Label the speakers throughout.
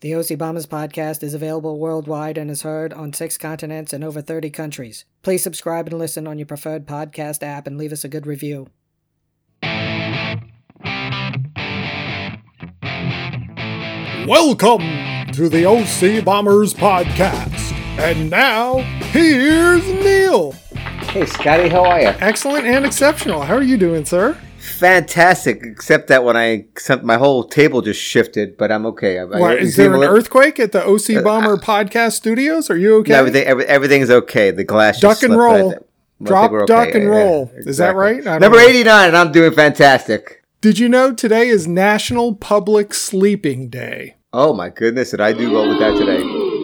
Speaker 1: The OC Bombers podcast is available worldwide and is heard on six continents and over 30 countries. Please subscribe and listen on your preferred podcast app and leave us a good review.
Speaker 2: Welcome to the OC Bombers podcast. And now, here's Neil.
Speaker 3: Hey, Scotty, how are you?
Speaker 2: Excellent and exceptional. How are you doing, sir?
Speaker 3: Fantastic, except that when I except my whole table just shifted, but I'm okay. I,
Speaker 2: What, is there an earthquake at the OC Bomber podcast studios? Are you okay?
Speaker 3: Uh, No, everything, every, everything's okay. The glass just
Speaker 2: Duck and
Speaker 3: slipped, but I
Speaker 2: roll.
Speaker 3: thi- I think
Speaker 2: Drop,
Speaker 3: we're
Speaker 2: duck, and roll. Is that right? I don't
Speaker 3: Number
Speaker 2: know.
Speaker 3: 89, and I'm doing fantastic.
Speaker 2: Did you know today is National Public Sleeping Day?
Speaker 3: Oh my goodness, did I do well with that today?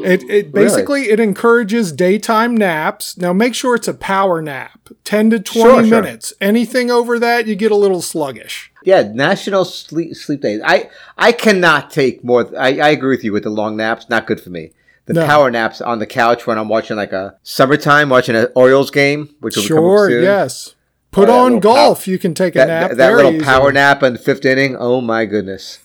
Speaker 2: It, it basically it encourages daytime naps. Now make sure it's a power nap, ten to
Speaker 3: Sure,
Speaker 2: twenty
Speaker 3: sure.
Speaker 2: minutes. Anything over that, you get a little sluggish.
Speaker 3: Yeah, National Sleep Sleep Day. I I cannot take more. th- I, I agree with you with the long naps. Not good for me. The
Speaker 2: No.
Speaker 3: power naps on the couch when I'm watching like a summertime, watching an Orioles game, which will be coming
Speaker 2: Sure,
Speaker 3: soon.
Speaker 2: yes. Put
Speaker 3: that
Speaker 2: on
Speaker 3: little
Speaker 2: golf. you can take a
Speaker 3: that,
Speaker 2: nap.
Speaker 3: that,
Speaker 2: very
Speaker 3: little
Speaker 2: easily.
Speaker 3: power nap in the fifth inning. Oh my goodness.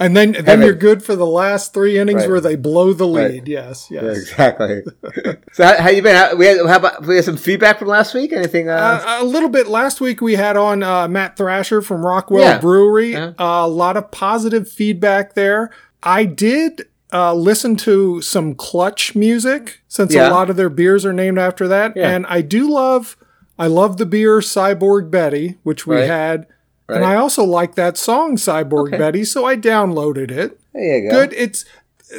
Speaker 2: and then then
Speaker 3: Heaven.
Speaker 2: you're good for the last three innings
Speaker 3: Right.
Speaker 2: where they blow the lead.
Speaker 3: Right.
Speaker 2: Yes, yes.
Speaker 3: Exactly. so how, how you been? How, we had, how about we had some feedback from last week. Anything? Uh,
Speaker 2: Uh, a little bit last week we had on uh, Matt Thrasher from Rockwell
Speaker 3: Yeah.
Speaker 2: Brewery. Uh,
Speaker 3: Yeah.
Speaker 2: a lot of positive feedback there. I did uh, listen to some Clutch music since a
Speaker 3: Yeah.
Speaker 2: lot of their beers are named after that,
Speaker 3: Yeah.
Speaker 2: and I do love. I love the beer Cyborg Betty, which we
Speaker 3: Right.
Speaker 2: had, and
Speaker 3: Right.
Speaker 2: I also like that song Cyborg Betty, so I downloaded it.
Speaker 3: there you go.
Speaker 2: good. It's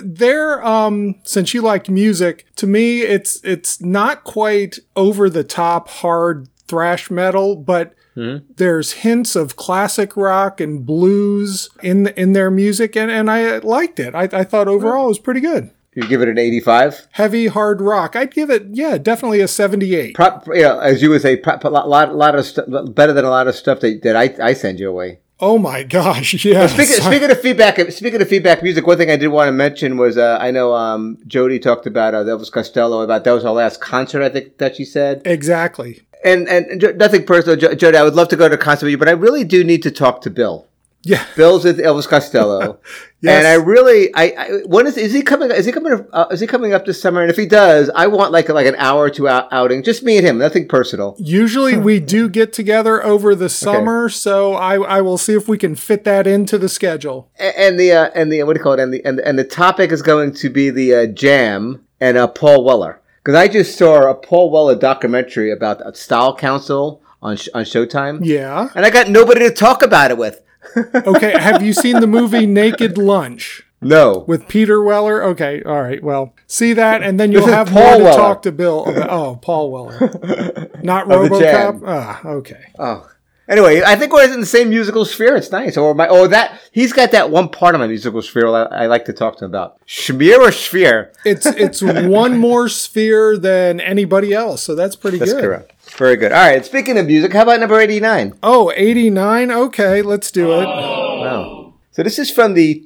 Speaker 2: there. Um, since you like music, to me, it's it's not quite over the top hard thrash metal, but there's hints of classic rock and blues in in their music, and and I liked it. I, I thought overall it was pretty good.
Speaker 3: You give it an eighty-five.
Speaker 2: Heavy hard rock. I'd give it, yeah, definitely a seventy-eight.
Speaker 3: Prop, you know, as you would say, prop, a lot, lot, lot of stu- better than a lot of stuff that, that I, I send you away.
Speaker 2: Oh my gosh, yes.
Speaker 3: Speaking, speaking of feedback, speaking of feedback music, one thing I did want to mention was uh, I know um, Jody talked about uh, Elvis Costello about that was our last concert I think that she said,
Speaker 2: exactly.
Speaker 3: and and, and Jo- nothing personal, jo- Jody. I would love to go to a concert with you, but I really do need to talk to Bill.
Speaker 2: Yeah.
Speaker 3: Bill's with Elvis Costello,
Speaker 2: Yes.
Speaker 3: and I really I, I when is is he coming? Is he coming? Uh, is he coming up this summer? And if he does, I want like like an hour to out- outing, just me and him, nothing personal.
Speaker 2: Usually we
Speaker 3: Hmm.
Speaker 2: do get together over the summer, so I, I will see if we can fit that into the schedule.
Speaker 3: A- and the uh, and the what do you call it? And the and, and the topic is going to be the uh, jam and uh, Paul Weller because I just saw a Paul Weller documentary about the Style Council on Sh- on Showtime,
Speaker 2: Yeah.
Speaker 3: and I got nobody to talk about it with.
Speaker 2: Okay. Have you seen the movie Naked Lunch
Speaker 3: No,
Speaker 2: with Peter Weller? Okay. All right. Well, see that, and then you'll
Speaker 3: This is
Speaker 2: have
Speaker 3: Paul
Speaker 2: more to
Speaker 3: Weller.
Speaker 2: talk to Bill. About. Oh, Paul Weller, not
Speaker 3: Of the
Speaker 2: RoboCop.
Speaker 3: Jam.
Speaker 2: Ah, okay.
Speaker 3: Oh. Anyway, I think we're in the same musical sphere. It's nice. Or my or that he's got that one part of my musical sphere I, I like to talk to him about. Schmear or sphere?
Speaker 2: It's it's one more sphere than anybody else, so that's pretty
Speaker 3: That's
Speaker 2: good.
Speaker 3: correct. Very good. All right. Speaking of music, how about number eighty nine?
Speaker 2: Oh, 89. Okay, let's do it.
Speaker 3: Wow. So this is from the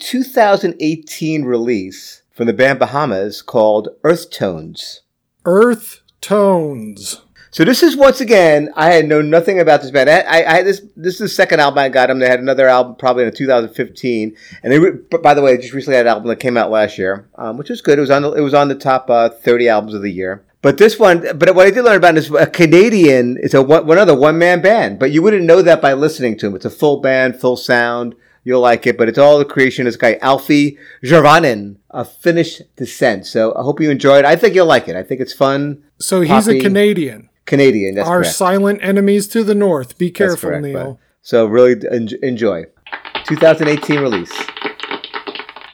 Speaker 3: 2018 release from the band Bahamas called Earth Tones.
Speaker 2: Earth Tones.
Speaker 3: So this is once again, I had known nothing about this band. I, I, I had this this is the second album I got them. They had another album probably in 2015, and they re- but by the way, they just recently had an album that came out last year, um, which was good. It was on the, it was on the top uh, 30 albums of the year. But this one, but what I did learn about is a Canadian. It's a one, one other one man band, but you wouldn't know that by listening to them. It's a full band, full sound. You'll like it, but it's all the creation of this guy Alfie Jarvanen of Finnish descent. So I hope you enjoy it. I think you'll like it. I think it's fun.
Speaker 2: So he's a
Speaker 3: Poppy.
Speaker 2: Canadian.
Speaker 3: Canadian. That's
Speaker 2: Our
Speaker 3: correct.
Speaker 2: silent enemies to the north. Be
Speaker 3: That's
Speaker 2: careful,
Speaker 3: correct,
Speaker 2: Neil.
Speaker 3: bud. So really en- enjoy. 2018 release.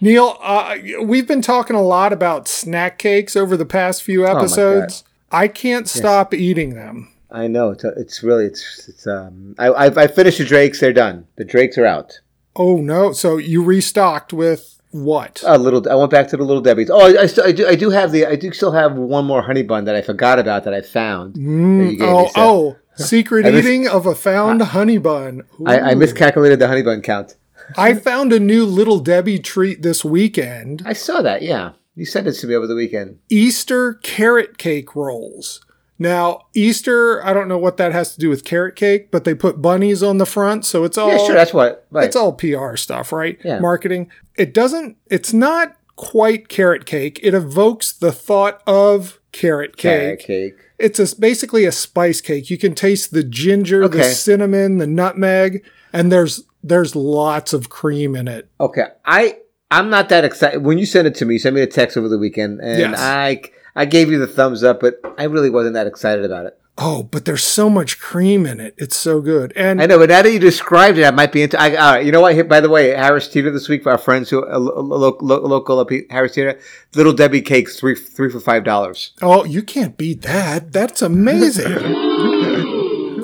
Speaker 2: Neil, uh, we've been talking a lot about snack cakes over the past few
Speaker 3: Oh God.
Speaker 2: episodes. I can't stop eating them.
Speaker 3: I know it's, it's really it's, it's um I, I I finished the Drakes. They're done. The Drakes are out.
Speaker 2: Oh no! So you restocked with what?
Speaker 3: A little. I went back to the little Debbie's. Oh, I, I, still, I do. I do have the. I do still have one more honey bun that I forgot about that I found. that you gave me,
Speaker 2: oh,
Speaker 3: so
Speaker 2: oh! Secret
Speaker 3: I mis-
Speaker 2: eating of a found honey bun.
Speaker 3: I, I
Speaker 2: Ooh.
Speaker 3: miscalculated the honey bun count.
Speaker 2: I found a new little Debbie treat this weekend:
Speaker 3: I saw that. Yeah, you sent it to me over the weekend.
Speaker 2: Easter carrot cake rolls. Now, Easter, I don't know what that has to do with carrot cake, but they put bunnies on the front, so it's all
Speaker 3: yeah, sure. That's what. Right.
Speaker 2: Oh, it's all PR stuff, right?
Speaker 3: Yeah.
Speaker 2: Marketing. It doesn't it's not quite carrot cake. It evokes the thought of carrot cake.
Speaker 3: Carrot cake.
Speaker 2: It's a, s- basically a spice cake. You can taste the ginger, the
Speaker 3: Okay.
Speaker 2: cinnamon, the nutmeg, and there's there's lots of cream in it.
Speaker 3: Okay, I I'm not that excited. When you sent it to me, you sent me a text over the weekend, and
Speaker 2: Yes.
Speaker 3: I I gave you the thumbs up, but I really wasn't that excited about it.
Speaker 2: Oh, but there's so much cream in it. It's so good. And
Speaker 3: I know, but now that you described it, I might be into. I, all right, you know what? Here, by the way, Harris Teeter this week for our friends who a lo, lo, lo, local up here, Harris Teeter, Little Debbie cakes three three for five dollars.
Speaker 2: Oh, you can't beat that. That's amazing.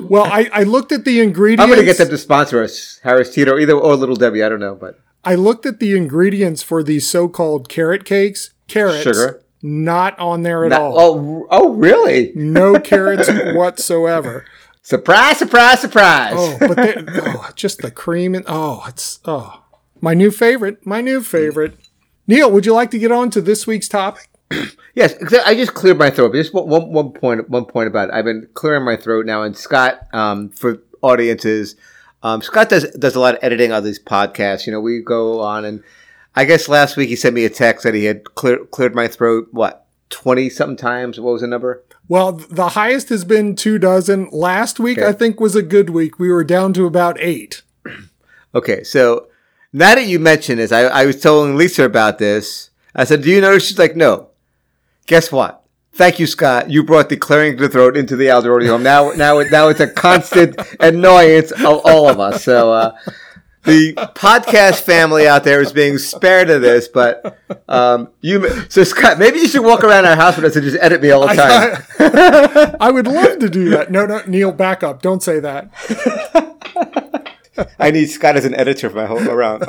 Speaker 2: well, I, I looked at the ingredients.
Speaker 3: I'm gonna get them to sponsor us, Harris Teeter, either or Little Debbie. I don't know, but
Speaker 2: I looked at the ingredients for these so-called carrot cakes. Carrots,
Speaker 3: Sugar.
Speaker 2: not on there at
Speaker 3: Not-
Speaker 2: all.
Speaker 3: oh oh really?
Speaker 2: No carrots whatsoever.
Speaker 3: Surprise! Surprise! Surprise!
Speaker 2: Oh, but they, oh, just the cream and oh, it's oh, my new favorite. My new favorite. Neil, would you like to get on to this week's topic?
Speaker 3: Yes, exa- I just cleared my throat. Just one, one, one point, one point about it. I've been clearing my throat now. And Scott, um, for audiences, um, Scott does does a lot of editing on these podcasts. You know, we go on, and I guess last week he sent me a text that he had clear, cleared my throat. What twenty something times? What was the number?
Speaker 2: Well, th- the highest has been two dozen. Last week,
Speaker 3: Okay.
Speaker 2: I think, was a good week. We were down to about eight.
Speaker 3: Okay, so now that you mention this, I, I was telling Lisa about this. I said, "Do you notice?" She's like, "No." Guess what? Thank you, Scott. You brought the clearing the throat into the Aldorati home. Now, now, it- now it's a constant annoyance of all of us. So, uh, the podcast family out there is being spared of this, but um, you. ma- So, Scott, maybe you should walk around our house with us and just edit me all the time.
Speaker 2: I would love to do that. No, no, Neil, back up. Don't say that.
Speaker 3: I need Scott as an editor for my whole around.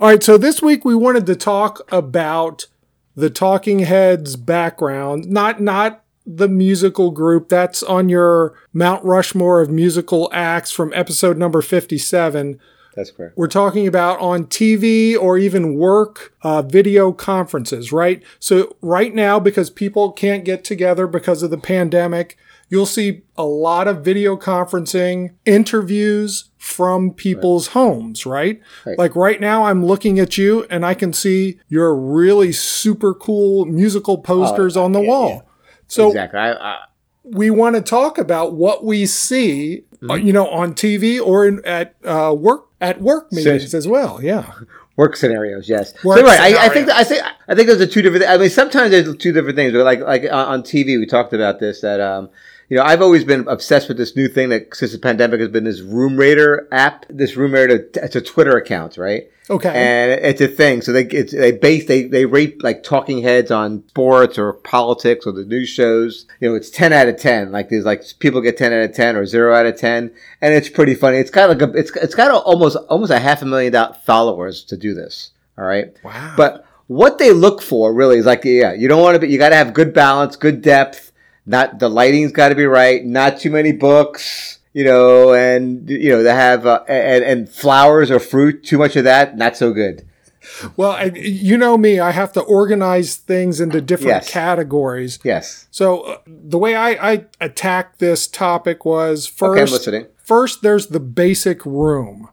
Speaker 2: All right, so this week we wanted to talk about the Talking Heads background, not not the musical group that's on your Mount Rushmore of musical acts from episode number 57.
Speaker 3: That's correct.
Speaker 2: We're talking about on TV or even work uh, video conferences, right? So, right now, because people can't get together because of the pandemic, you'll see a lot of video conferencing interviews from people's homes, right?
Speaker 3: Right.
Speaker 2: Like right now, I'm looking at you and I can see your really super cool musical posters on the wall. So,
Speaker 3: Exactly. I, I,
Speaker 2: we want to talk about what we see, uh,
Speaker 3: Mm-hmm.
Speaker 2: you know, on TV or in, at uh, work at work meetings as well. Yeah,
Speaker 3: Work scenarios, yes.
Speaker 2: Work
Speaker 3: so right, I, I think I think I think those are two different. I mean, sometimes there's two different things. But like like on on TV, we talked about this that um, you know I've always been obsessed with this new thing that since the pandemic has been this Room Raider app. This Room Raider, it's a Twitter account, right?
Speaker 2: Okay.
Speaker 3: and it's a thing. So they it's, they base they they rate like talking heads on sports or politics or the news shows. You know, it's ten out of ten. Like there's like people get ten out of ten or zero out of ten, and it's pretty funny. It's got like a it's it's got a, almost almost a half a million dot followers to do this. All right,
Speaker 2: Wow.
Speaker 3: But what they look for really is like yeah, you don't want to be you got to have good balance, good depth. Not the lighting's got to be right. Not too many books you know, and you know they have uh, and and flowers or fruit. Too much of that, not so good.
Speaker 2: well, I, you know me, I have to organize things into different
Speaker 3: Yes.
Speaker 2: categories.
Speaker 3: Yes,
Speaker 2: So uh, the way I, I attacked this topic was
Speaker 3: okay, I'm
Speaker 2: first.
Speaker 3: listening.
Speaker 2: first, there's the basic room.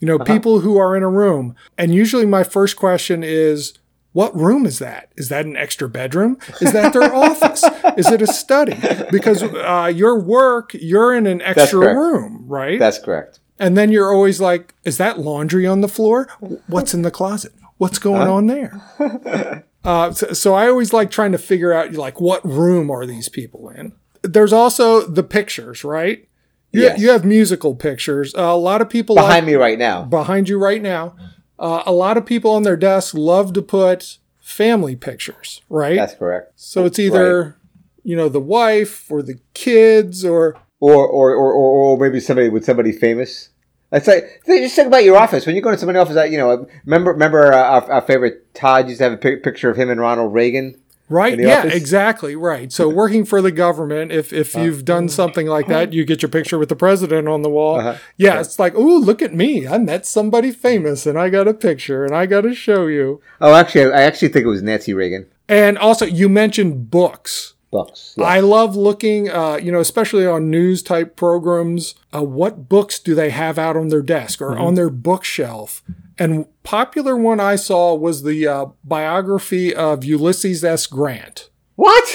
Speaker 2: You know, people who are in a room, and usually my first question is. What room is that? Is that an extra bedroom? Is that their office? Is it a study? Because uh, your work, you're in an extra
Speaker 3: correct.
Speaker 2: room, right?
Speaker 3: That's correct.
Speaker 2: And then you're always like, is that laundry on the floor? What's in the closet? What's going on there? uh, so, so I always like trying to figure out, like, what room are these people in? There's also the pictures, right? You,
Speaker 3: Yes.
Speaker 2: you have musical pictures. Uh, a lot of people like-
Speaker 3: Behind me right now.
Speaker 2: behind you right now. Uh, a lot of people on their desks love to put family pictures, right?
Speaker 3: That's correct.
Speaker 2: so it's either, you know, the wife or the kids or
Speaker 3: Or or or or, or maybe somebody with somebody famous. That's like think- just think about your office when you go to somebody's office. uh, You know, remember remember uh, our, our favorite Todd used to have a pic- picture of him and Ronald Reagan.
Speaker 2: Right.
Speaker 3: in the
Speaker 2: Yeah.
Speaker 3: office? Uh-huh.
Speaker 2: Exactly. Right. So working for the government, if if you've done something like that, you get your picture with the president on the wall.
Speaker 3: Uh-huh.
Speaker 2: Yeah, it's like, oh, look at me! I met somebody famous, and I got a picture, and I got to show you.
Speaker 3: Oh, actually, I I actually think it was Nancy Reagan.
Speaker 2: And also, you mentioned books.
Speaker 3: books. Yeah.
Speaker 2: I love looking, uh, you know, especially on news type programs, uh, what books do they have out on their desk or
Speaker 3: Mm-hmm.
Speaker 2: on their bookshelf? And popular one I saw was the uh, biography of Ulysses S. Grant.
Speaker 3: what?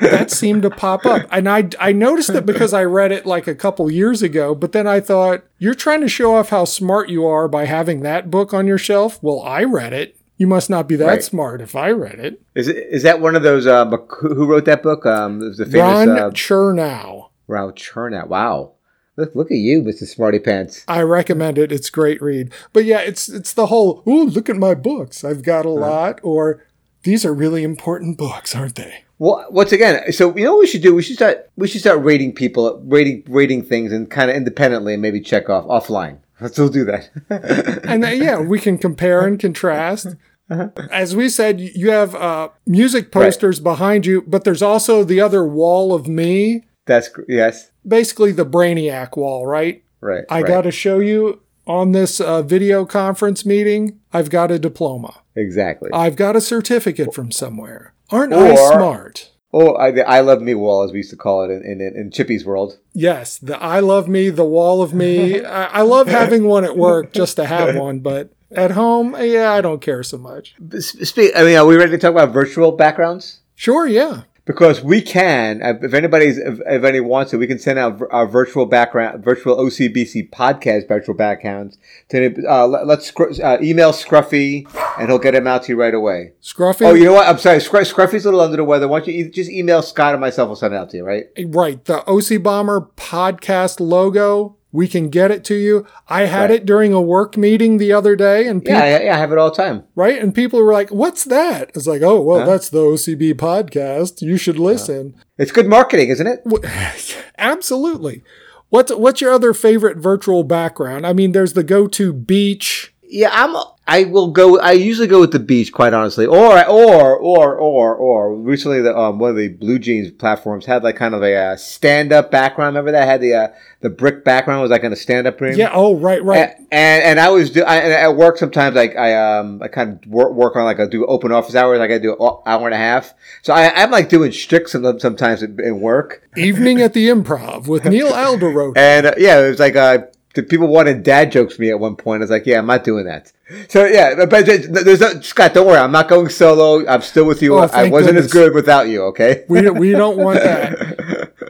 Speaker 2: That seemed to pop up. And I, I noticed it because I read it like a couple years ago, but then I thought, you're trying to show off how smart you are by having that book on your shelf. Well, I read it. You must not be that
Speaker 3: Right.
Speaker 2: smart if I read it.
Speaker 3: is it, is that one of those? Uh, book- who who wrote that book? Um, it was the famous
Speaker 2: Ron
Speaker 3: uh,
Speaker 2: Chernow.
Speaker 3: Raul Chernow. Wow. Look, look at you, Mr. Smarty Pants.
Speaker 2: I recommend it. It's a great read. But yeah, it's it's the whole, ooh, look at my books. I've got a lot or these are really important books, aren't they?
Speaker 3: Well, once again, so you know what we should do? We should start. We should start rating people, rating rating things, and kind of independently, and maybe check off offline. Let's all do that.
Speaker 2: And then, yeah, we can compare and contrast.
Speaker 3: Uh-huh.
Speaker 2: As we said, y- you have uh, music posters behind you, but there's also the other wall of me,
Speaker 3: That's gr- yes,
Speaker 2: basically the Brainiac wall, right?
Speaker 3: right.
Speaker 2: I
Speaker 3: right.
Speaker 2: got to show you on this uh, video conference meeting, I've got a diploma.
Speaker 3: exactly.
Speaker 2: I've got a certificate from somewhere. Aren't I
Speaker 3: Or-
Speaker 2: smart?
Speaker 3: oh, I, the I love me wall, as we used to call it in in, in Chippy's world.
Speaker 2: Yes, the I love me, the wall of me. I, I love having one at work just to have one, but at home, yeah, I don't care so much.
Speaker 3: But sp- Speak. I mean, are we ready to talk about virtual backgrounds?
Speaker 2: Sure, yeah.
Speaker 3: Because we can, if anybody's, if, if any wants it, we can send out vir- our virtual background, virtual OCBC podcast virtual backgrounds to, uh, let, let's scr- uh, email Scruffy and he'll get them out to you right away.
Speaker 2: Scruffy,
Speaker 3: Oh, you know what? I'm sorry. Scru- Scruffy's a little under the weather. Why don't you e- just email Scott and myself? We'll send it out to you, right?
Speaker 2: right. The OC Bomber podcast logo, we can get it to you. I had it during a work meeting the other day, and people,
Speaker 3: Yeah, yeah, yeah, I have it all the time.
Speaker 2: right? And people were like, What's that? It's like, Oh, well, that's the OCB podcast. You should listen.
Speaker 3: It's good marketing, isn't it?
Speaker 2: Absolutely. What's, what's your other favorite virtual background? I mean, there's the go to beach.
Speaker 3: Yeah, I'm. I will go. I usually go with the beach, quite honestly. Or, or, or, or, or. Recently, the um, one of the Blue Jeans platforms had like kind of a uh, stand-up background. Remember that had the uh, the brick background was like in a stand-up room.
Speaker 2: Yeah. Oh, right, right.
Speaker 3: A- And, and I always do. I, and at work, sometimes like I um I kind of work, work on like I do open office hours. Like I do an hour and a half. So I, I'm like doing strict some, sometimes in, in work.
Speaker 2: Evening at the Improv with Neil Alderode.
Speaker 3: And uh, yeah, it was like uh, the people wanted dad jokes from me at one point. I was like, yeah, I'm not doing that. So yeah, but- but there's- there's no, Scott. Don't worry, I'm not going solo. I'm still with you.
Speaker 2: Oh,
Speaker 3: I
Speaker 2: thank
Speaker 3: wasn't as
Speaker 2: goodness.
Speaker 3: good without you. Okay.
Speaker 2: We, we don't want that.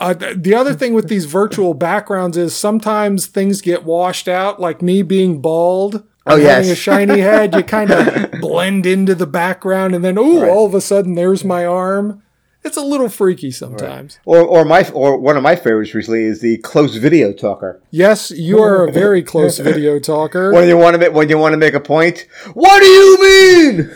Speaker 2: Uh, th- the other thing with these virtual backgrounds is sometimes things get washed out, like me being bald.
Speaker 3: Oh,
Speaker 2: and
Speaker 3: yes.
Speaker 2: Having a shiny head, you kind of blend into the background, and then, oh, all of a sudden, there's my arm. It's a little freaky sometimes.
Speaker 3: Or, or my or one of my favorites recently is the close video talker.
Speaker 2: Yes, you are a very close video talker.
Speaker 3: When you want to make when you want to make a point, what do you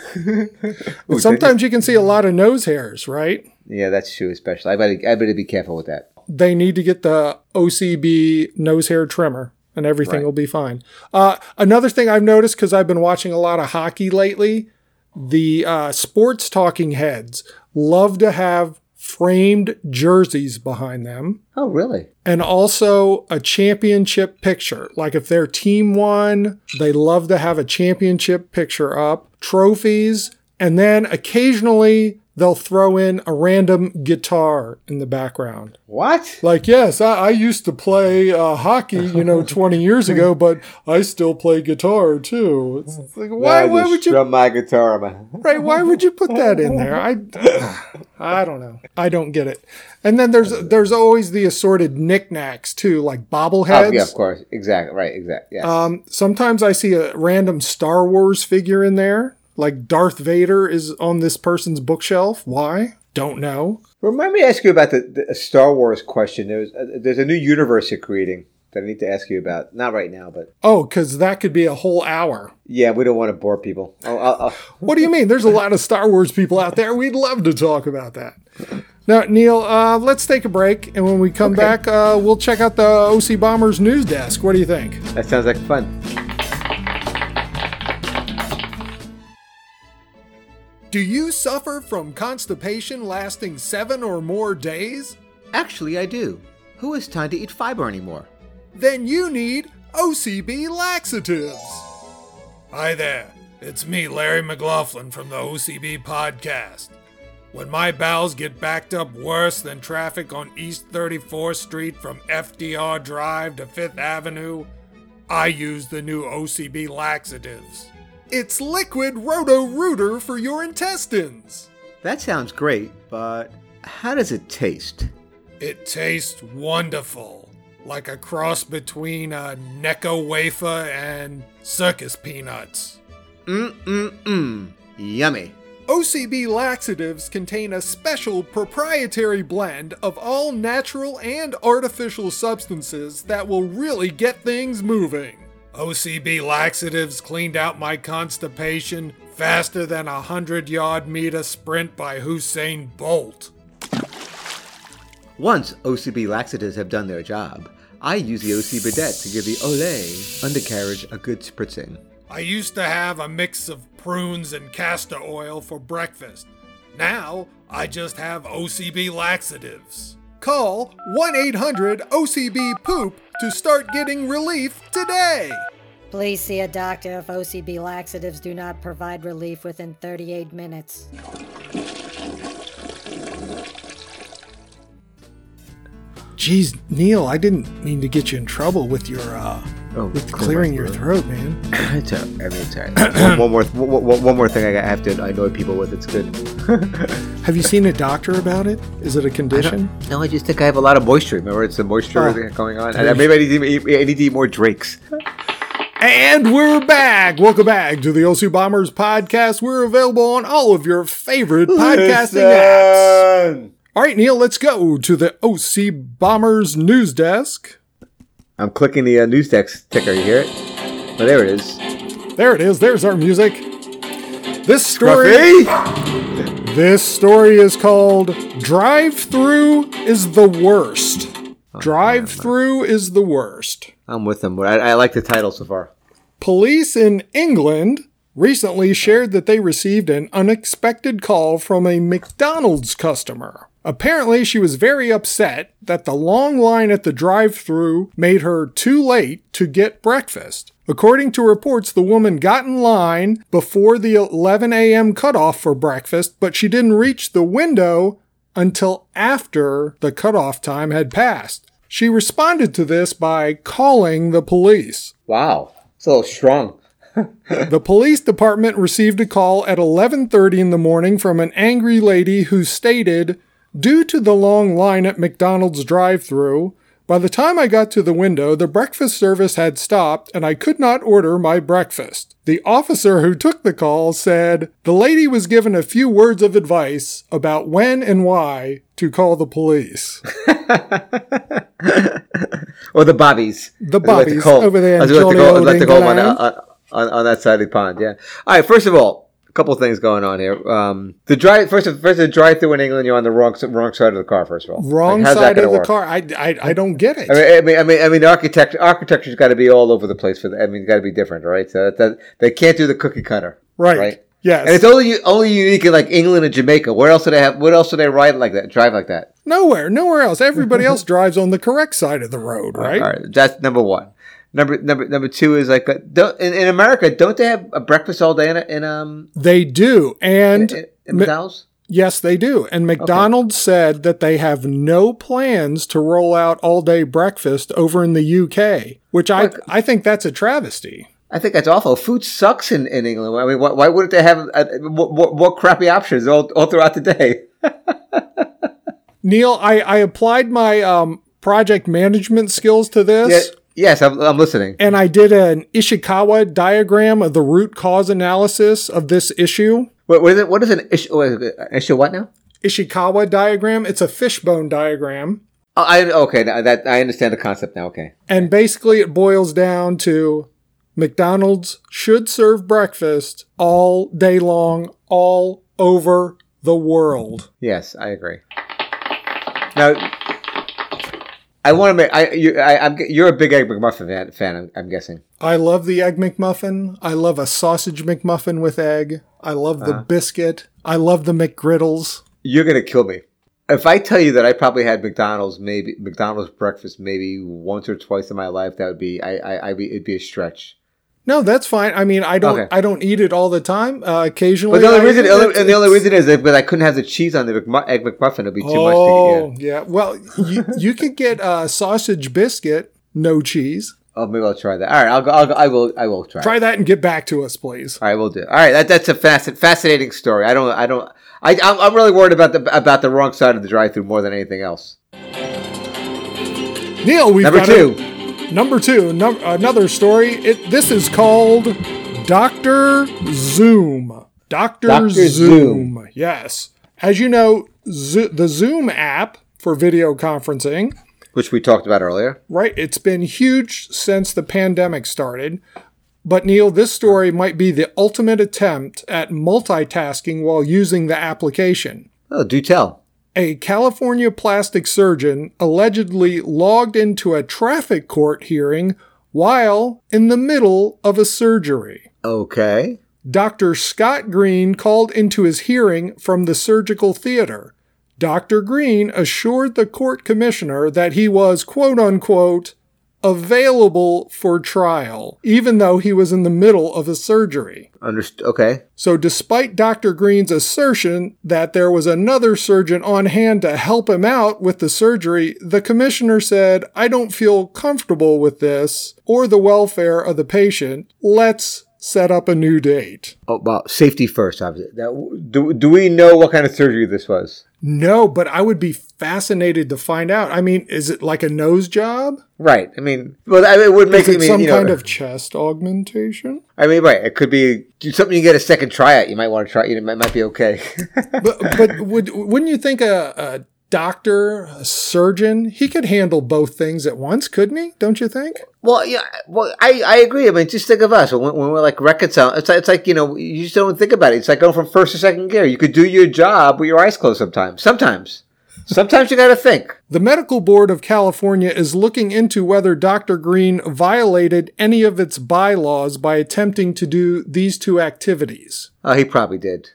Speaker 3: mean?
Speaker 2: But sometimes you can see a lot of nose hairs, right?
Speaker 3: Yeah, that's true. Especially, I better I better be careful with that.
Speaker 2: they need to get the OCB nose hair trimmer and everything
Speaker 3: Right.
Speaker 2: will be fine. Uh, another thing I've noticed because I've been watching a lot of hockey lately, the uh, sports talking heads love to have framed jerseys behind them
Speaker 3: Oh, really?
Speaker 2: and also a championship picture. Like if their team won, they love to have a championship picture up, trophies, and then occasionally they'll throw in a random guitar in the background
Speaker 3: What?
Speaker 2: like yes i, I used to play uh, hockey you know 20 years ago but i still play guitar too it's like why,
Speaker 3: I
Speaker 2: why
Speaker 3: just
Speaker 2: would you
Speaker 3: strum my oh, guitar? man.
Speaker 2: right why would you put that in there i i don't know i don't get it and then there's there's always the assorted knickknacks too like bobbleheads
Speaker 3: Oh, yeah, of course. Exactly. Right. Exactly. Yeah.
Speaker 2: um sometimes i see a random star wars figure in there like darth vader is on this person's bookshelf why don't know
Speaker 3: Remind me to ask you about the, the Star Wars question. There's uh, there's a new universe you're creating that I need to ask you about. Not right now, but
Speaker 2: oh because that could be a whole hour
Speaker 3: yeah, we don't want to bore people. Oh, I'll, I'll,
Speaker 2: What do you mean? There's a lot of Star Wars people out there. We'd love to talk about that. Now, Neil, uh, let's take a break, and when we come back, uh, we'll check out the OC Bombers news desk. What do you think?
Speaker 3: that sounds like fun.
Speaker 2: Do you suffer from constipation lasting seven or more days?
Speaker 3: Actually, I do. Who has time to eat fiber anymore?
Speaker 2: Then you need OCB laxatives. Hi there, it's me, Larry McLaughlin from the OCB podcast. When my bowels get backed up worse than traffic on East 34th Street from FDR Drive to Fifth Avenue, I use the new OCB laxatives. It's liquid roto rooter for your intestines.
Speaker 3: That sounds great, but how does it taste?
Speaker 2: It tastes wonderful, like a cross between a Necco wafer and circus peanuts.
Speaker 3: Mm mm mm. Yummy.
Speaker 2: OCB laxatives contain a special proprietary blend of all natural and artificial substances that will really get things moving. OCB laxatives cleaned out my constipation faster than a 100 yard meter sprint by Hussein Bolt.
Speaker 3: Once OCB laxatives have done their job, I use the OC bidet to give the Olay undercarriage a good spritzing.
Speaker 2: I used to have a mix of prunes and castor oil for breakfast. Now, I just have OCB laxatives. Call 1 800 OCB Poop to start getting relief today.
Speaker 1: Please see a doctor if OCB laxatives do not provide relief within 38 minutes.
Speaker 2: Jeez, Neil, I didn't mean to get you in trouble with your uh,
Speaker 3: Oh,
Speaker 2: with
Speaker 3: clear my
Speaker 2: clearing your
Speaker 3: throat.
Speaker 2: throat, man.
Speaker 3: it's all, I mean, it's all right. one, one more, one, one- one more thing I have to annoy people with. It's good.
Speaker 2: Have you seen a doctor about it? Is it a condition?
Speaker 3: No, I just think I have a lot of moisture. Remember, it's the moisture
Speaker 2: Oh.
Speaker 3: going on. And maybe I need, to eat, I need to eat more drakes.
Speaker 2: And we're back. Welcome back to the OC Bombers podcast. We're available on all of your favorite podcasting apps. All right, Neil, let's go to the OC Bombers news desk.
Speaker 3: I'm clicking the uh, news text ticker. You hear it? Oh, there it is.
Speaker 2: There it is. There's our music. This story.
Speaker 3: Ruffy?
Speaker 2: This story is called Drive Through is the Worst. Drive Through is the Worst.
Speaker 3: I'm with them. I, I like the title so far.
Speaker 2: Police in England recently shared that they received an unexpected call from a McDonald's customer. Apparently, she was very upset that the long line at the drive through made her too late to get breakfast. According to reports, the woman got in line before the 11 a.m. cutoff for breakfast, but she didn't reach the window until after the cutoff time had passed. She responded to this by calling the police.
Speaker 3: Wow, it's a little strong.
Speaker 2: The police department received a call at 11:30 in the morning from an angry lady who stated, "Due to the long line at McDonald's drive-through, by the time I got to the window, the breakfast service had stopped and I could not order my breakfast." The officer who took the call said, "The lady was given a few words of advice about when and why to call the police."
Speaker 3: Or the bobbies.
Speaker 2: The
Speaker 3: As we like to
Speaker 2: bobbies
Speaker 3: call-
Speaker 2: over there in
Speaker 3: as we like to call-
Speaker 2: jolly
Speaker 3: as we like to
Speaker 2: old
Speaker 3: call them on,
Speaker 2: England.
Speaker 3: uh, on, on that side of the pond. Yeah. All right. First of all, a couple things going on here. Um, the drive first, of- first the drive through in England, you're on the wrong s- wrong side of the car. First of all, Like,
Speaker 2: Wrong
Speaker 3: how's that
Speaker 2: side
Speaker 3: gonna
Speaker 2: of the
Speaker 3: work?
Speaker 2: car. I, I, I don't get it.
Speaker 3: I mean, I mean, I mean, I mean, the architect architecture's got to be all over the place for. The, I mean, got to be different, right? So that, that they can't do the cookie cutter,
Speaker 2: right.
Speaker 3: Right.
Speaker 2: Yes.
Speaker 3: And it's only only unique in like England and Jamaica. Where else do they have? What else do they ride like that? Drive like that?
Speaker 2: Nowhere, nowhere else. Everybody else drives on the correct side of the road, right?
Speaker 3: All right, that's number one. Number number number two is like uh, don't, in, in America, don't they have a breakfast all day in, a- in um
Speaker 2: They do. And
Speaker 3: in, in McDonald's?
Speaker 2: yes, they do. And McDonald's said that they have no plans to roll out all day breakfast over in the UK, which I, I think that's a travesty.
Speaker 3: I think that's awful. Food sucks in, in England. I mean, why, why wouldn't they have uh, more, more, more crappy options all, all throughout the day?
Speaker 2: Neil, I, I applied my um, project management skills to this.
Speaker 3: Yes, yes I'm, I'm listening.
Speaker 2: And I did an Ishikawa diagram of the root cause analysis of this issue.
Speaker 3: What, what is it? What is an issue? An issue? What now?
Speaker 2: Ishikawa diagram, it's a fishbone diagram.
Speaker 3: Oh, I okay. now That I understand the concept now. Okay.
Speaker 2: And basically, it boils down to McDonald's should serve breakfast all day long, all over the world.
Speaker 3: Yes, I agree. Now, I want to make. I you. I, I'm. You're a big egg McMuffin fan. fan I'm, I'm guessing.
Speaker 2: I love the Egg McMuffin. I love a sausage McMuffin with egg. I love the
Speaker 3: Uh-huh.
Speaker 2: biscuit. I love the McGriddles.
Speaker 3: You're gonna kill me. If I tell you that I probably had McDonald's, maybe McDonald's breakfast, maybe once or twice in my life, that would be I, I, I'd be it'd be a stretch.
Speaker 2: No, that's fine. I mean, I don't
Speaker 3: Okay.
Speaker 2: I don't eat it all the time. Uh, occasionally,
Speaker 3: But the
Speaker 2: I
Speaker 3: only reason,
Speaker 2: eat
Speaker 3: the
Speaker 2: it.
Speaker 3: only, and the only
Speaker 2: It's-
Speaker 3: reason is that because I couldn't have the cheese on the McMu- egg McMuffin. It'd be too much to eat.
Speaker 2: Oh
Speaker 3: Yeah.
Speaker 2: yeah. Well, you, you could get a sausage biscuit, no cheese.
Speaker 3: Oh, maybe I'll try that. All right, I'll go. I'll go I will. I will try. it.
Speaker 2: Try that and get back to us, please.
Speaker 3: All right, we'll do. it. All right, that, that's a fasc- fascinating story. I don't. I don't. I, I'm, I'm really worried about the about the wrong side of the drive-through more than anything else.
Speaker 2: Neil, we've
Speaker 3: Number
Speaker 2: got
Speaker 3: two.
Speaker 2: A, number two, num- another story. It this is called Doctor Zoom. Doctor
Speaker 3: Dr.
Speaker 2: Zoom.
Speaker 3: Zoom.
Speaker 2: Yes, as you know, Zo- the Zoom app for video conferencing
Speaker 3: which we talked about earlier.
Speaker 2: Right. It's been huge since the pandemic started. But Neil, this story might be the ultimate attempt at multitasking while using the application.
Speaker 3: Oh, do tell.
Speaker 2: A California plastic surgeon allegedly logged into a traffic court hearing while in the middle of a surgery.
Speaker 3: Okay.
Speaker 2: Dr. Scott Green called into his hearing from the surgical theater. Dr. Green assured the court commissioner that he was, quote unquote, available for trial, even though he was in the middle of a surgery.
Speaker 3: Underst- okay.
Speaker 2: So, despite Dr. Green's assertion that there was another surgeon on hand to help him out with the surgery, the commissioner said, I don't feel comfortable with this or the welfare of the patient. Let's set up a new date.
Speaker 3: Oh, well, safety first, obviously. Now, do, do we know what kind of surgery this was?
Speaker 2: No, but I would be fascinated to find out. I mean, is it like a nose job?
Speaker 3: Right. I mean, well, I mean, it would make
Speaker 2: Is
Speaker 3: me
Speaker 2: it some
Speaker 3: you know,
Speaker 2: kind of chest augmentation?
Speaker 3: I mean, right. It could be something you get a second try at. You might want to try. You know, it might be okay.
Speaker 2: but but would wouldn't you think a, a doctor, a surgeon, he could handle both things at once, couldn't he? Don't you think?
Speaker 3: Well, yeah, well, I, I agree. I mean, just think of us when, when we're like reconciling. It's like, it's like you know, you just don't think about it. It's like going from first to second gear. You could do your job with your eyes closed sometimes. Sometimes, sometimes you got to think.
Speaker 2: The Medical Board of California is looking into whether Dr. Green violated any of its bylaws by attempting to do these two activities.
Speaker 3: Oh, he probably did.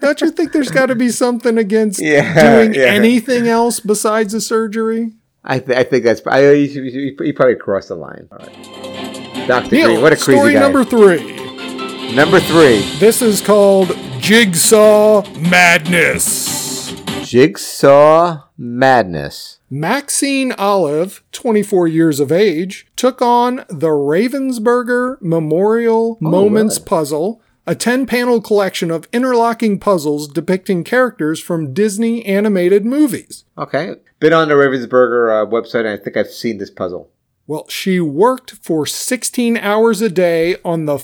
Speaker 2: Don't you think there's got to be something against
Speaker 3: Yeah,
Speaker 2: doing
Speaker 3: yeah.
Speaker 2: anything else besides a surgery?
Speaker 3: I, th- I think that's. I, he, he, he probably crossed the line. All right. Doctor Green,
Speaker 2: Neil,
Speaker 3: what a crazy
Speaker 2: story
Speaker 3: guy.
Speaker 2: number three.
Speaker 3: number three,
Speaker 2: This is called Jigsaw Madness.
Speaker 3: Jigsaw Madness.
Speaker 2: Maxine Olive, 24 years of age, took on the Ravensburger Memorial Moments
Speaker 3: really?
Speaker 2: puzzle, a 10 panel collection of interlocking puzzles depicting characters from Disney animated movies.
Speaker 3: Okay, been on the Ravensburger uh, website, and I think I've seen this puzzle.
Speaker 2: Well, she worked for 16 hours a day on the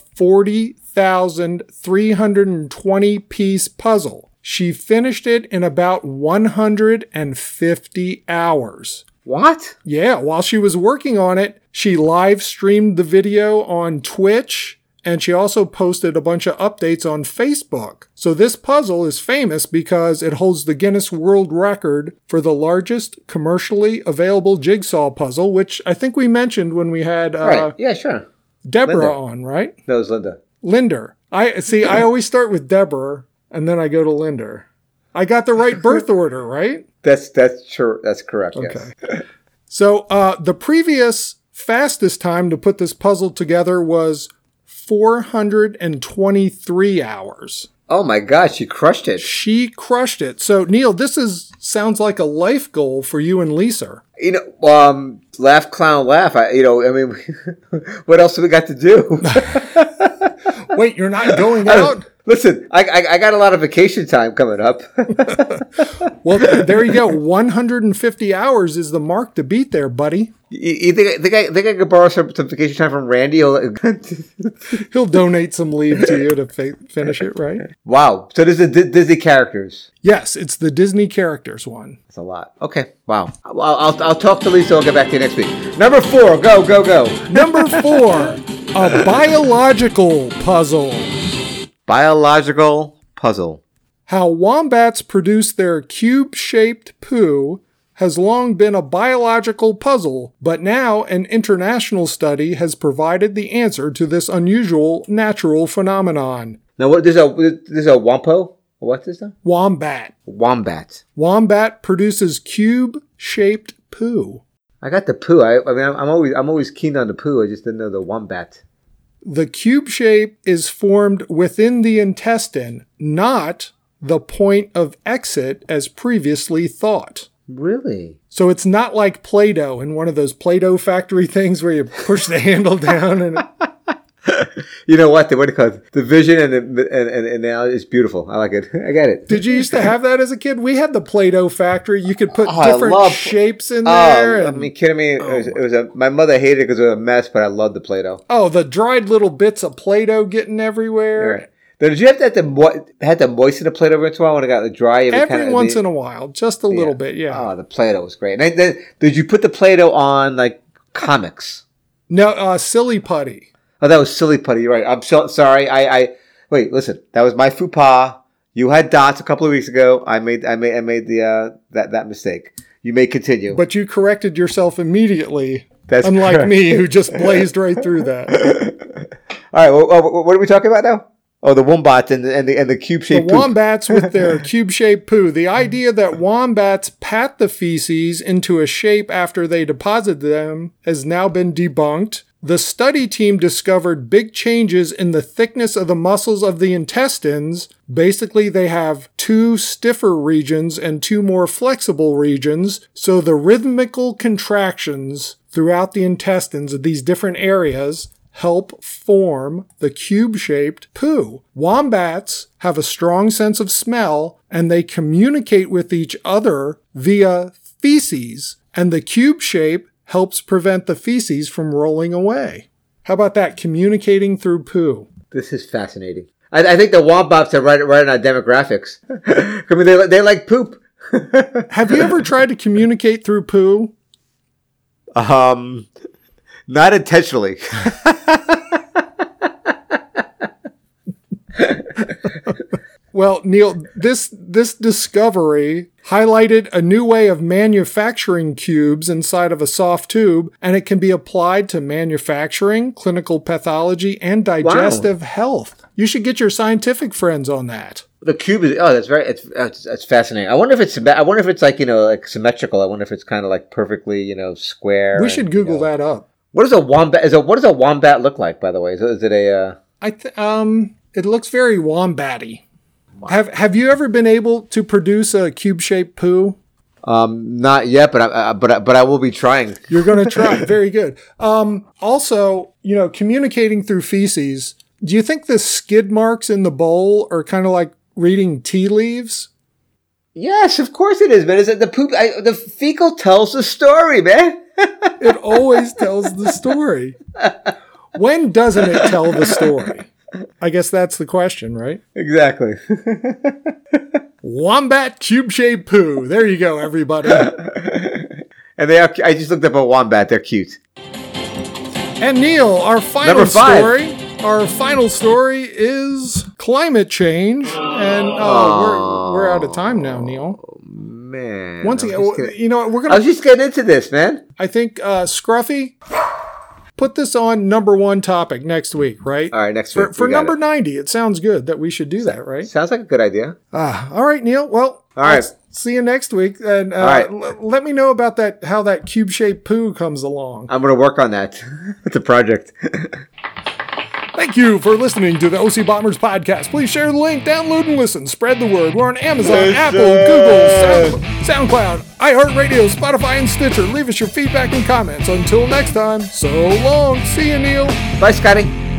Speaker 2: 40,320 piece puzzle. She finished it in about 150 hours.
Speaker 3: What?
Speaker 2: Yeah, while she was working on it, she live streamed the video on Twitch and she also posted a bunch of updates on Facebook. So this puzzle is famous because it holds the Guinness World Record for the largest commercially available jigsaw puzzle, which I think we mentioned when we had uh,
Speaker 3: All right. yeah, sure.
Speaker 2: Deborah
Speaker 3: Linda.
Speaker 2: on, right?
Speaker 3: That was Linda.
Speaker 2: Linder. I see I always start with Deborah and then I go to Linder. I got the right birth order, right?
Speaker 3: That's that's true. That's correct. Yes.
Speaker 2: So uh, the previous fastest time to put this puzzle together was 423 hours.
Speaker 3: Oh my gosh, you crushed it.
Speaker 2: She crushed it. So Neil, this is sounds like a life goal for you and Lisa.
Speaker 3: You know, um, laugh, clown, laugh. I, you know, I mean, what else do we got to do?
Speaker 2: Wait, you're not going out?
Speaker 3: Listen, I, I I got a lot of vacation time coming up.
Speaker 2: Well, there you go. 150 hours is the mark to beat there, buddy.
Speaker 3: you, you think think I think I could borrow some, some vacation time from Randy? He'll-
Speaker 2: He'll donate some leave to you to fi- finish it, right?
Speaker 3: wow. So there's the D- Disney characters.
Speaker 2: Yes, it's the Disney characters one.
Speaker 3: That's a lot. Okay. Wow. I'll, I'll I'll talk to Lisa. I'll get back to you next week. Number four. Go go go.
Speaker 2: Number 4, a biological puzzle.
Speaker 3: Biological puzzle.
Speaker 2: How wombats produce their cube shaped poo has long been a biological puzzle, but now an international study has provided the answer to this unusual natural phenomenon.
Speaker 3: Now what? There's a there's a wampo. What's this? Now?
Speaker 2: Wombat.
Speaker 3: Wombat.
Speaker 2: Wombat produces cube shaped poo.
Speaker 3: I got the poo. I, I mean, I'm, I'm always I'm always keen on the poo. I just didn't know the wombat.
Speaker 2: The cube shape is formed within the intestine, not the point of exit as previously thought.
Speaker 3: Really?
Speaker 2: So it's not like Play Doh in one of those Play Doh factory things where you push the handle down and.
Speaker 3: you know what? The, what do you call it? The vision and, the, and, and, and now it's beautiful. I like it. I get it.
Speaker 2: Did you used to have that as a kid? We had the Play-Doh factory. You could put
Speaker 3: Oh, I
Speaker 2: different
Speaker 3: love-
Speaker 2: shapes in there.
Speaker 3: Oh, I
Speaker 2: and-
Speaker 3: mean, kidding me? It was, it was a, my mother hated it because it was a mess, but I loved the Play-Doh.
Speaker 2: oh, the dried little bits of Play-Doh getting
Speaker 3: All
Speaker 2: everywhere.
Speaker 3: right. Now, did you have to, have to mo- had to moisten the Play-Doh every once in a while when it got dry?
Speaker 2: Every once in a while, just a little bit, yeah.
Speaker 3: Oh, the Play-Doh was great. And then- then- did you put the Play-Doh on like comics?
Speaker 2: no, uh, silly putty.
Speaker 3: Oh, that was silly putty. You're right. I'm so sorry. I, I wait. Listen, that was my faux pas. You had dots a couple of weeks ago. I made I made I made the uh, that that mistake. You may continue.
Speaker 2: But you corrected yourself immediately,
Speaker 3: That's
Speaker 2: unlike
Speaker 3: correct.
Speaker 2: me, who just blazed right through that.
Speaker 3: All right. Well, well, what are we talking about now? Oh, the wombats and the and the, and the cube
Speaker 2: The
Speaker 3: shaped.
Speaker 2: wombats with their cube-shaped poo. The idea that wombats pat the feces into a shape after they deposit them has now been debunked. The study team discovered big changes in the thickness of the muscles of the intestines. Basically, they have two stiffer regions and two more flexible regions. So the rhythmical contractions throughout the intestines of these different areas help form the cube shaped poo. Wombats have a strong sense of smell and they communicate with each other via feces, and the cube shape helps prevent the feces from rolling away. How about that? Communicating through poo.
Speaker 3: This is fascinating. I, I think the wombats are right right in our demographics. I mean, they they like poop.
Speaker 2: Have you ever tried to communicate through poo?
Speaker 3: Um, not intentionally.
Speaker 2: Well, Neil, this this discovery highlighted a new way of manufacturing cubes inside of a soft tube, and it can be applied to manufacturing, clinical pathology, and digestive health. You should get your scientific friends on that.
Speaker 3: The cube is oh, that's very it's that's, that's fascinating. I wonder if it's symmet- I wonder if it's like you know like symmetrical. I wonder if it's kind of like perfectly you know square.
Speaker 2: We should Google that up.
Speaker 3: What does a wombat? Is a what does a wombat look like? By the way, is, it- is it a uh,
Speaker 2: I th- um, it looks very wombatty. Have Have you ever been able to produce a cube shaped poo?
Speaker 3: um not yet? But I, I but I, but I will be trying.
Speaker 2: You're going to try. Very good. Um, also, you know, communicating through feces. Do you think the skid marks in the bowl are kind of like reading tea leaves?
Speaker 3: Yes, of course it is, man. Is it the poop? I, the fecal tells the story, man.
Speaker 2: It always tells the story. When doesn't it tell the story? I guess that's the question, right?
Speaker 3: Exactly.
Speaker 2: Wombat cube shaped poo. There you go, everybody.
Speaker 3: and they are. I just looked up a wombat. They're cute.
Speaker 2: And Neil, our final
Speaker 3: Number five.
Speaker 2: story. Our final story is climate change. And oh, we're, we're out of time now, Neil.
Speaker 3: Man.
Speaker 2: Once
Speaker 3: I was
Speaker 2: again,
Speaker 3: just
Speaker 2: well,
Speaker 3: getting-
Speaker 2: you know, what, we're
Speaker 3: I
Speaker 2: gonna.
Speaker 3: was just getting into this, man.
Speaker 2: I think uh, Scruffy put this on number one topic next week, right?
Speaker 3: All right, next
Speaker 2: for
Speaker 3: week
Speaker 2: for
Speaker 3: we got
Speaker 2: number
Speaker 3: it.
Speaker 2: ninety, it sounds good that we should do that, right?
Speaker 3: Sounds like a good idea.
Speaker 2: Ah, all right, Neil. Well,
Speaker 3: All right.
Speaker 2: let's See you next week, and uh,
Speaker 3: All right.
Speaker 2: l- let me know about that how that cube shaped poo comes along.
Speaker 3: I'm gonna work on that. it's a project.
Speaker 2: Thank you for listening to the OC Bombers podcast. Please share the link, download and listen, spread the word. We're on Amazon, Apple, Google, Sound, SoundCloud, iHeartRadio, Spotify, and Stitcher. Leave us your feedback and comments. Until next time, so long. See you, Neil.
Speaker 3: Bye, Scotty.